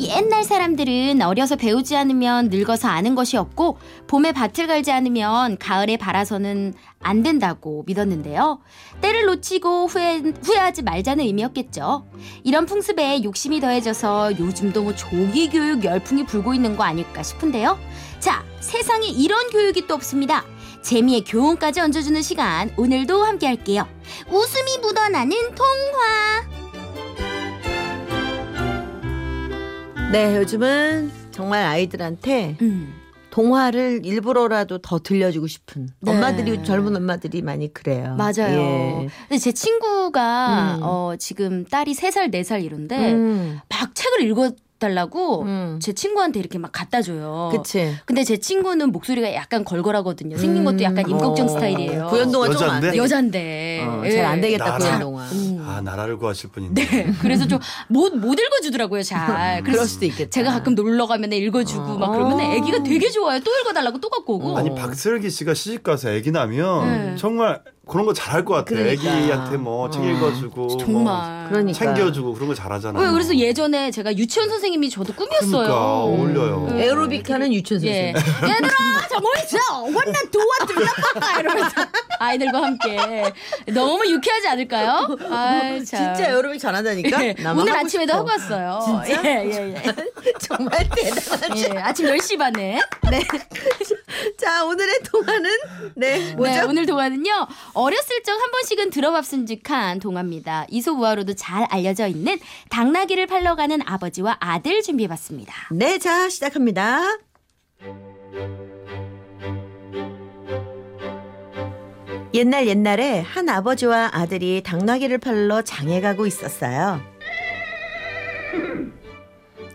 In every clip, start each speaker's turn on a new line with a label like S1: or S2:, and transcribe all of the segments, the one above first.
S1: 옛날 사람들은 어려서 배우지 않으면 늙어서 아는 것이 없고 봄에 밭을 갈지 않으면 가을에 발아서는 안 된다고 믿었는데요. 때를 놓치고 후회, 후회하지 말자는 의미였겠죠. 이런 풍습에 욕심이 더해져서 요즘도 뭐 조기 교육 열풍이 불고 있는 거 아닐까 싶은데요. 자, 세상에 이런 교육이 또 없습니다. 재미의 교훈까지 얹어주는 시간 오늘도 함께 할게요. 웃음이 묻어나는 통화.
S2: 네, 요즘은 정말 아이들한테
S1: 음.
S2: 동화를 일부러라도 더 들려주고 싶은
S1: 네.
S2: 엄마들이 젊은 엄마들이 많이 그래요.
S1: 맞아요.
S2: 예.
S1: 근데 제 친구가
S2: 음.
S1: 어, 지금 딸이 3살, 4살 이런데
S2: 음,
S1: 막 책을 읽어달라고
S2: 음.
S1: 제 친구한테 이렇게 막 갖다 줘요.
S2: 그치.
S1: 근데 제 친구는 목소리가 약간 걸걸하거든요. 생긴 것도 약간
S2: 음,
S1: 임꺽정
S2: 어.
S1: 스타일이에요.
S2: 구연동화 좀 안
S3: 여잔데? 어,
S2: 되
S1: 여잔데. 예.
S2: 잘안 되겠다
S3: 나라.
S2: 구연동화.
S1: 음.
S3: 아 나라를 구하실 분인데.
S1: 네. 그래서 좀 못 못 읽어주더라고요. 잘.
S2: 음. 그럴
S1: 아, 그래서
S2: 수도 있겠다.
S1: 제가 가끔 놀러 가면 읽어주고
S2: 어.
S1: 막 그러면 애기가 되게 좋아요. 또 네. 읽어달라고 또 갖고 오고.
S3: 아니 박슬기 씨가 시집 가서 애기 나면
S1: 네.
S3: 정말 그런 거 잘할 것 같아.
S2: 그러니까.
S3: 애기한테 뭐 책
S2: 어.
S3: 읽어주고 뭐
S1: 정말.
S2: 그러니까.
S3: 챙겨주고 그런 거 잘하잖아.
S1: 왜 그래서 예전에 제가 유치원 선생님이 저도 꿈이었어요.
S3: 그러니까 어울려요.
S1: 음.
S2: 에어로빅 하는 유치원
S1: 예.
S2: 선생님.
S1: 얘들아, 저 모이죠. 원난 두원 둘다빠빠 이러면서 아이들과 함께 너무 유쾌하지 않을까요? 아,
S2: 진짜 에어로빅 잘한다니까.
S1: 예.
S2: 나만
S1: 오늘
S2: 하고
S1: 아침에도
S2: 싶어.
S1: 하고 왔어요.
S2: 진짜?
S1: 예, 예, 예.
S2: 정말 대단한.
S1: 예, 아침 10시 반에. 네.
S2: 자 오늘의 동화는 네 뭐죠?
S1: 네, 오늘 동화는요. 어렸을 적 한 번씩은 들어봤음직한 동화입니다. 이소우화로도 잘 알려져 있는 당나귀를 팔러 가는 아버지와 아들 준비해봤습니다.
S2: 네, 자, 시작합니다. 옛날 옛날에 한 아버지와 아들이 당나귀를 팔러 장에 가고 있었어요.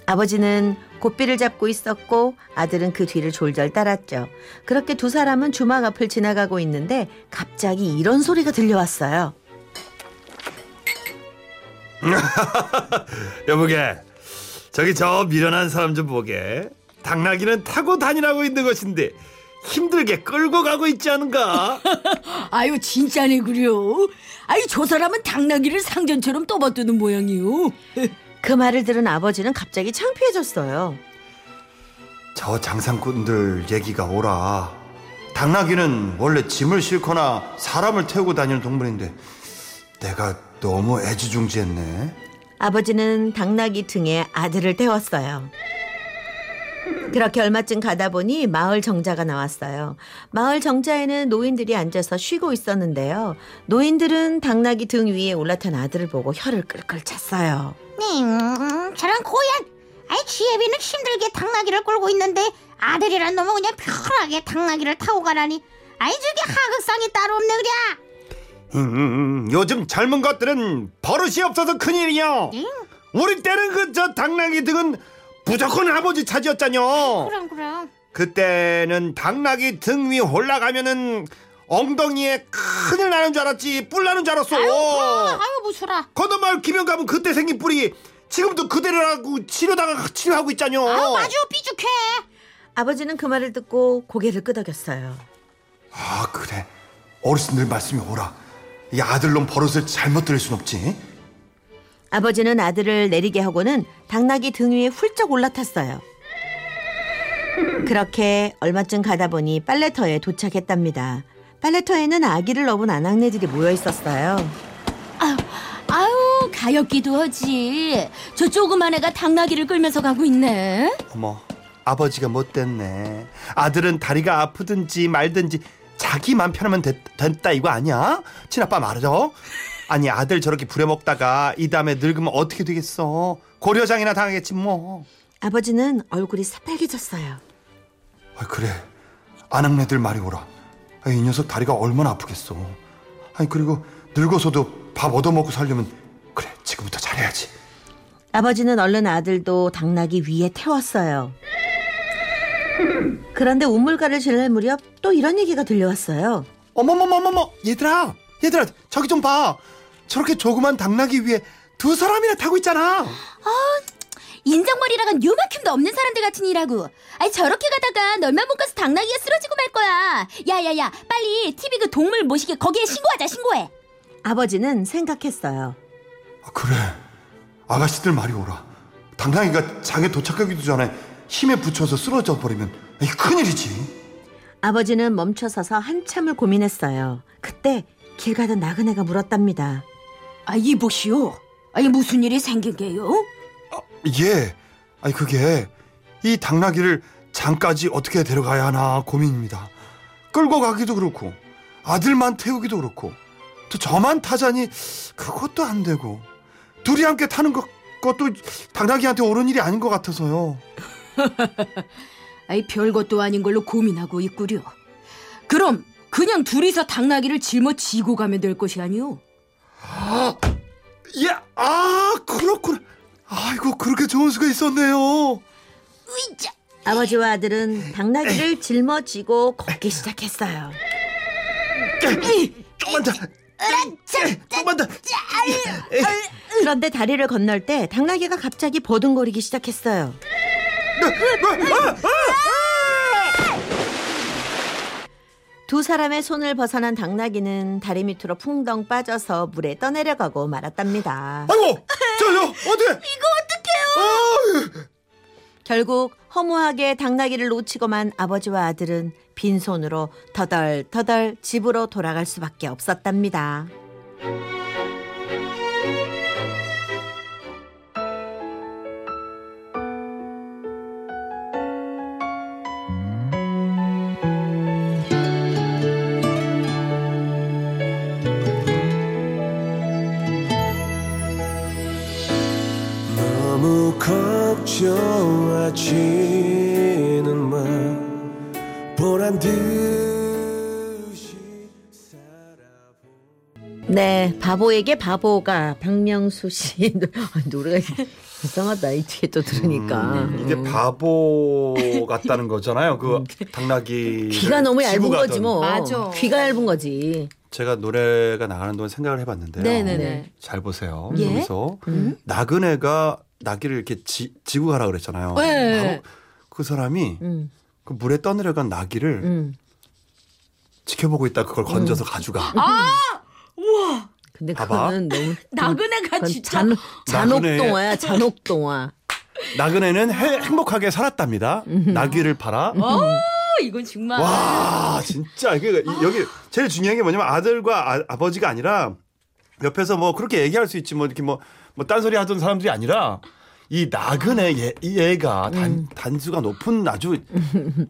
S2: 아버지는 고삐를 잡고 있었고 아들은 그 뒤를 졸졸 따랐죠. 그렇게 두 사람은 주막 앞을 지나가고 있는데 갑자기 이런 소리가 들려왔어요.
S3: 여보게 저기 저 미련한 사람 좀 보게. 당나귀는 타고 다니라고 있는 것인데 힘들게 끌고 가고 있지 않은가?
S4: 아유 진짜네 그려. 아유 저 사람은 당나귀를 상전처럼 떠받드는 모양이요.
S2: 그 말을 들은 아버지는 갑자기 창피해졌어요.
S3: 저 장상꾼들 얘기가 오라. 당나귀는 원래 짐을 싣거나 사람을 태우고 다니는 동물인데 내가 너무 애지중지했네.
S2: 아버지는 당나귀 등에 아들을 태웠어요. 그렇게 얼마쯤 가다 보니 마을 정자가 나왔어요. 마을 정자에는 노인들이 앉아서 쉬고 있었는데요. 노인들은 당나귀 등 위에 올라탄 아들을 보고 혀를 끌끌 찼어요.
S5: 음, 저런 고얀 아이 지혜비는 힘들게 당나귀를 끌고 있는데 아들이란 놈은 그냥 편하게 당나귀를 타고 가라니 아이 저게 하극상이 따로 없네 그래
S3: 음, 요즘 젊은 것들은 버릇이 없어서 큰일이요. 우리 때는 그 저 당나귀 등은 무조건 아버지 차지였잖여.
S5: 그럼 그럼
S3: 그때는 당나귀 등 위 올라가면은 엉덩이에 큰일 나는 줄 알았지 뿔 나는 줄 알았어.
S5: 아유 무수라
S3: 건너마을 기면 가면 그때 생긴 뿔이 지금도 그대로라고 치료다가 치료하고 있잖여.
S5: 아주 삐죽해
S2: 아버지는 그 말을 듣고 고개를 끄덕였어요.
S3: 아 그래 어르신들 말씀이 오라 이 아들놈 버릇을 잘못 들을 순 없지
S2: 아버지는 아들을 내리게 하고는 당나귀 등 위에 훌쩍 올라탔어요. 그렇게 얼마쯤 가다 보니 빨래터에 도착했답니다. 빨래터에는 아기를 업은 아낙네들이 모여 있었어요.
S1: 아유, 가엾기도 하지. 저 조그만 애가 당나귀를 끌면서 가고 있네.
S3: 어머 아버지가 못됐네 아들은 다리가 아프든지 말든지 자기 맘 편하면 됐, 다 이거 아니야? 친아빠 말이죠 아니 아들 저렇게 부려먹다가 이 다음에 늙으면 어떻게 되겠어 고려장이나 당하겠지 뭐
S2: 아버지는 얼굴이 새빨개졌어요.
S3: 아, 그래 아낙네들 말이 오라 아, 이 녀석 다리가 얼마나 아프겠어 아니 그리고 늙어서도 밥 얻어먹고 살려면 그래 지금부터 잘해야지
S2: 아버지는 얼른 아들도 당나귀 위에 태웠어요. 그런데 우물가를 지날 무렵 또 이런 얘기가 들려왔어요.
S3: 어머머머머머 얘들아 얘들아 저기 좀 봐 저렇게 조그만 당나귀 위에 두 사람이나 타고 있잖아
S1: 인정머리라간 요만큼도 없는 사람들 같은 이라고. 아니 저렇게 가다가 널만 못 가서 당나귀가 쓰러지고 말 거야. 야야야, 빨리 TV 그 동물 모시게 거기에 신고하자 신고해.
S2: 아버지는 생각했어요.
S3: 그래 아가씨들 말이 오라 당나귀가 장에 도착하기도 전에 힘에 붙여서 쓰러져 버리면 이 큰일이지.
S2: 아버지는 멈춰서서 한참을 고민했어요. 그때 길 가던 나그네가 물었답니다.
S4: 아 이보시오. 아니 무슨 일이 생긴 게요?
S3: 예. 아니 그게 이 당나귀를 장까지 어떻게 데려가야 하나 고민입니다. 끌고 가기도 그렇고 아들만 태우기도 그렇고 또 저만 타자니 그것도 안 되고 둘이 함께 타는 것, 것도 당나귀한테 옳은 일이 아닌 것 같아서요.
S4: 아이 별것도 아닌 걸로 고민하고 있구려. 그럼 그냥 둘이서 당나귀를 짊어지고 가면 될 것이 아니오.
S3: 예, 아 그렇구나. 아이고 그렇게 좋은 수가 있었네요.
S2: 아버지와 아들은 당나귀를 짊어지고 걷기 시작했어요.
S3: 좀만 더, 좀- 좀만 더. 예,
S2: 그런데 다리를 건널 때 당나귀가 갑자기 버둥거리기 시작했어요.
S3: 예,
S2: 두 사람의 손을 벗어난 당나귀는 다리 밑으로 풍덩 빠져서 물에 떠내려가고 말았답니다.
S3: 아이고, 아, 저요 어디? 이거 어떡해요?
S2: 결국 허무하게 당나귀를 놓치고만 아버지와 아들은 빈손으로 터덜터덜 집으로 돌아갈 수밖에 없었답니다.
S6: 너무 걱정하지는 마 보란 듯이 살아보
S2: 네, 바보에게 바보가 박명수 씨 노- 아, 노래가 이상하다 이 뒤에 또 들으니까
S3: 음, 이게 바보 같다는 거잖아요. 그 당나귀
S2: 음. 귀가 너무 얇은 거지 뭐
S1: 맞아.
S2: 귀가 얇은 거지
S3: 제가 노래가 나가는 동안 생각을 해봤는데요.
S1: 네네네.
S3: 잘 보세요.
S1: 예?
S3: 여기서
S2: 음.
S3: 나그네가 나귀를 이렇게 지, 지고 가라 그랬잖아요.
S1: 네.
S3: 바로 그 사람이
S2: 예. 음,
S3: 그 물에 떠내려간 나귀를
S2: 음.
S3: 지켜보고 있다 그걸 건져서 가져가.
S2: 아. 근데
S3: 봐봐.
S2: 그거는 너무 음,
S4: 나그네가
S2: 그건
S4: 진짜
S2: 잔,
S3: 나그네.
S2: 잔혹동화야 잔혹동화
S3: 나그네는 해- 행복하게 살았답니다.
S2: 음.
S3: 나귀를 팔아.
S1: 어, 이건 정말
S3: 와 진짜 이게 여기 제일 중요한 게 뭐냐면 아들과 아, 버지가 아니라 옆에서 뭐 그렇게 얘기할 수 있지 뭐 이렇게 뭐 뭐 딴소리 하던 사람들이 아니라 이 나그네 얘, 이 얘가 단, 단수가 높은 아주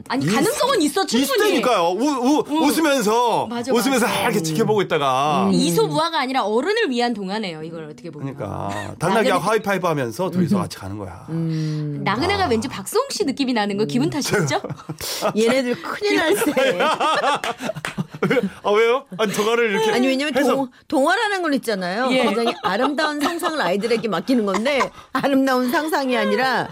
S1: 아니
S3: 이-
S1: 가능성은 있어 충분히.
S3: 있으니까요 우, 우, 웃으면서
S1: 맞아,
S3: 웃으면서
S1: 맞아. 음.
S3: 이렇게 지켜보고 있다가
S1: 이소무화가 아니라 어른을 위한 동화네요. 이걸 어떻게 보면.
S3: 그러니까 당나귀와 하이파이브 하면서 둘이서 같이 가는 거야
S1: 음.
S3: 아.
S1: 나그네가 왠지 박수홍 씨 느낌이 나는
S3: 음.
S1: 거 기분 탓이죠?
S2: 얘네들 큰일 날세
S3: 아 왜요? 아니 동화를 이렇게
S2: 아니 왜냐면
S3: 해서
S2: 동, 동화라는 건 있잖아요.
S1: 예.
S2: 굉장히 아름다운 상상을 아이들에게 맡기는 건데 아름다운 상상이 아니라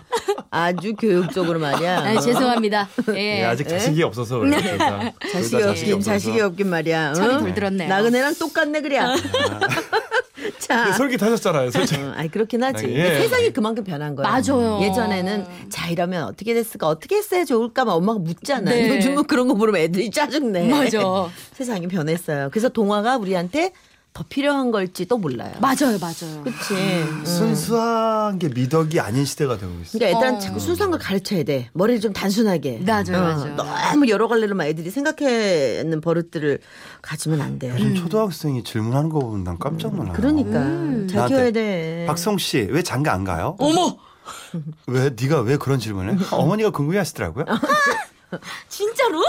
S2: 아주 교육적으로 말이야.
S1: 아, 죄송합니다. 예.
S3: 예, 아직 자식이 없어서 그래요 둘 다. 둘다
S2: 자식이 없긴 자식이 없긴 말이야.
S1: 철이
S2: 응?
S1: 덜 들었네요. 아.
S2: 나그네랑 똑같네 그래.
S3: 근데
S2: 자.
S3: 네, 솔깃하셨잖아요 솔직
S2: 어, 아니 그렇긴 하지.
S3: 예.
S2: 근데 세상이 그만큼 변한 거야.
S1: 맞아요.
S2: 예전에는 자 이러면 어떻게 됐을까 어떻게 했어야 좋을까 막 엄마가 묻잖아.
S1: 네.
S2: 요즘은 뭐 그런 거 물으면 애들이 짜증내.
S1: 맞아.
S2: 세상이 변했어요. 그래서 동화가 우리한테 더 필요한 걸지도 몰라요.
S1: 맞아요, 맞아요. 음.
S2: 그치.
S3: 순수한 게 미덕이 아닌 시대가 되고 있어요.
S2: 그러니까 애들한테
S1: 어. 네.
S2: 자꾸 순수한 걸 가르쳐야 돼. 머리를 좀 단순하게.
S1: 맞아요,
S2: 어,
S1: 맞아요.
S2: 너무 여러 갈래로 막 애들이 생각하는 버릇들을 가지면 안 돼요.
S3: 요즘 음. 초등학생이 질문하는 거 보면 난 깜짝 놀라요.
S2: 그러니까
S1: 음.
S2: 잘
S3: 나한테
S2: 키워야 돼.
S3: 박성 씨, 왜 장가 안 가요?
S4: 어머
S3: 왜 네가 왜 그런 질문을? 해? 어머니가 궁금해하시더라고요.
S4: 진짜로?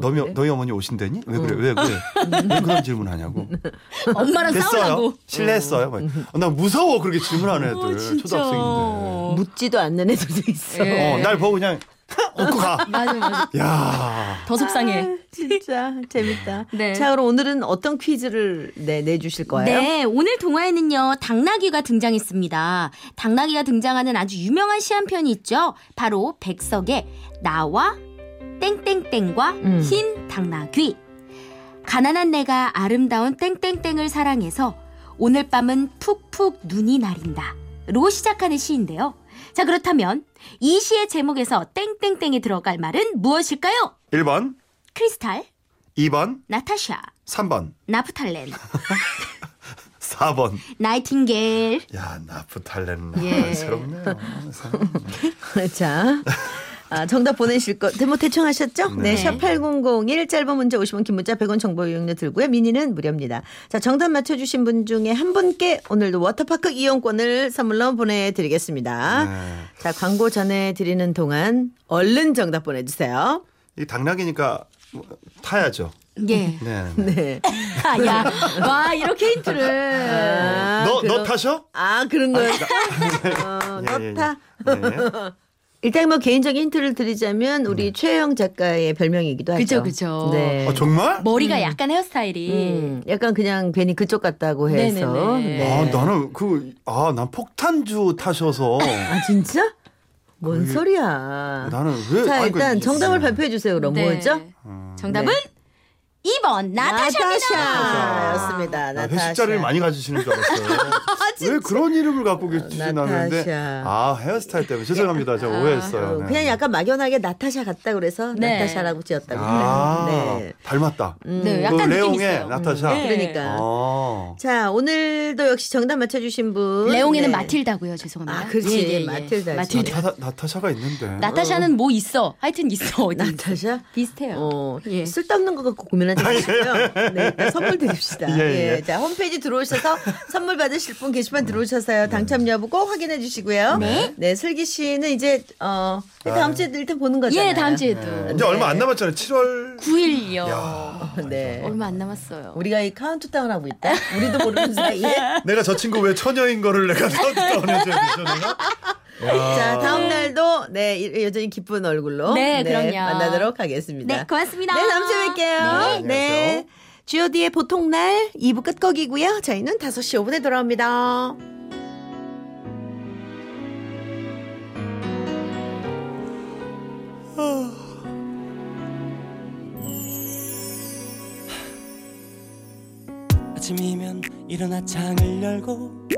S3: 너희 너희 어머니 오신다니? 왜 그래? 왜 그래? 왜 그런 질문하냐고.
S1: 엄마랑
S3: 됐어요.
S1: 싸우라고.
S3: 실례했어요. 막. 어, 나 무서워 그렇게 질문하는 애들
S4: 어, 진짜.
S3: 초등학생인데.
S2: 묻지도 않는 애들도 있어.
S1: 예.
S3: 어, 날 보고 그냥 웃고 가.
S1: 맞아, 맞아.
S3: 야.
S1: 더 속상해.
S2: 진짜 재밌다.
S1: 네.
S2: 자, 그럼 오늘은 어떤 퀴즈를 네, 내주실 거예요?
S1: 네, 오늘 동화에는요, 당나귀가 등장했습니다. 당나귀가 등장하는 아주 유명한 시 한 편이 있죠. 바로 백석의 나와 땡땡땡과
S2: 음.
S1: 흰 당나귀. 가난한 내가 아름다운 땡땡땡을 사랑해서 오늘 밤은 푹푹 눈이 나린다. 로 시작하는 시인데요. 자, 그렇다면 이 시의 제목에서 땡땡땡이 들어갈 말은 무엇일까요?
S3: 1번,
S1: 크리스탈,
S3: 2번,
S1: 나타샤,
S3: 3번,
S1: 나프탈렌.
S3: 4번.
S1: 나이팅게일.
S3: 야, 나프탈렌.
S1: 예.
S3: 새롭네요.
S1: 네.
S2: 자. 아, 정답 보내실 것, 뭐 대충 하셨죠? 네.
S3: 네.
S2: 샵8001 짧은 문자 50원, 긴 문자 100원 정보 이용료 들고요. 미니는 무료입니다. 자, 정답 맞춰주신 분 중에 한 분께 오늘도 워터파크 이용권을 선물로 보내드리겠습니다.
S3: 네.
S2: 자, 광고 전해드리는 동안 얼른 정답 보내주세요.
S3: 이 당락이니까 뭐, 타야죠.
S1: 예.
S3: 네.
S2: 네.
S1: 아, 야. 와, 이렇게 힌트를.
S2: 아,
S3: 너, 너
S2: 그럼-
S3: 타셔?
S2: 아, 그런 거요? 어,
S3: 예, 예,
S2: 너
S3: 예.
S2: 타.
S3: 네.
S2: 일단 뭐 개인적인 힌트를 드리자면 우리 최혜영 작가의 별명이기도
S1: 그죠,
S2: 하죠.
S1: 그죠.
S2: 네.
S3: 음. 아, 정말?
S1: 머리가 약간 헤어스타일이.
S2: 음, 약간 그냥 괜히 그쪽 같다고 해서.
S1: 네네네.
S2: 네.
S3: 아, 나는 그, 아, 난 폭탄주 타셔서.
S2: 아, 진짜? 뭔
S3: 거의-
S2: 소리야.
S3: 그 나는 왜.
S2: 자,
S3: 아이고,
S2: 일단
S3: 이게- 음.
S2: 정답을 발표해 주세요. 그럼
S1: 네.
S2: 뭐였죠? 네.
S1: 정답은 2번 나타샤입니다.
S2: 나타샤였습니다.
S3: 아, 나
S2: 나타샤. 아,
S3: 회식 자리를 많이 가주시는 줄 알았어요. 왜 그런 이름을 갖고 계시지
S2: 나타샤.
S3: 나는데 아 헤어스타일 때문에 죄송합니다 제가
S2: 어,
S3: 오해했어요. 네.
S2: 그냥 약간 막연하게 나타샤 같다 그래서
S1: 네.
S2: 나타샤라고 지었다고.
S3: 아
S2: 그래요. 네.
S3: 닮았다.
S2: 음.
S1: 네, 약간
S3: 그
S1: 느낌
S3: 레옹의
S1: 있어요.
S3: 나타샤.
S1: 네.
S2: 그러니까.
S3: 아.
S2: 자, 오늘도 역시 정답 맞춰주신 분.
S1: 레옹이는
S2: 네.
S1: 마틸다고요. 죄송합니다. 예,
S2: 아, 그렇지. 마틸다지. 어.
S1: 마틸다.
S3: 나타,
S2: 네.
S3: 나타샤가 있는데.
S1: 나타샤는 뭐 있어? 하여튼 있어. 어디 음. 있어.
S2: 나타샤?
S1: 비슷해요.
S2: 어,
S1: 예.
S2: 쓸데없는 거 갖고 고민하지 마시고요. 네, 일단 선물 드립시다.
S3: 예, 예.
S2: 자, 홈페이지 들어오셔서 선물 받으실 분 게시판
S1: 네.
S2: 들어오셔서요. 당첨 여부 꼭 확인해 주시고요. 네. 슬기 씨는 이제, 어, 다음 주에 일단 보는 거잖아요.
S1: 아. 예, 다음 주에도
S3: 이제 얼마 안 남았잖아요. 7월.
S1: 9일요. 아,
S2: 네.
S1: 얼마 안 남았어요.
S2: 우리가 이 카운트다운 하고 있다? 우리도 모르는 사이에.
S3: 내가 저 친구 왜 처녀인 거를 내가 나왔다 오는지 내가.
S2: 자, 다음 날도, 네, 이- 여전히 기쁜 얼굴로.
S1: 아. 네, 그럼요.
S2: 만나도록 하겠습니다.
S1: 네, 고맙습니다.
S2: 네, 다음 주에 뵐게요.
S3: 네.
S2: 네. GOD의 보통날 2부 끝곡이고요. 저희는 5시 5분에 돌아옵니다.
S7: 아침이면 일어나 창을 열고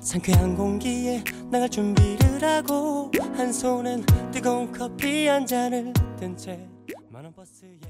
S7: 상쾌한 공기에 나갈 준비를 하고 한 손엔 뜨거운 커피 한 잔을 든 채 만원 버스에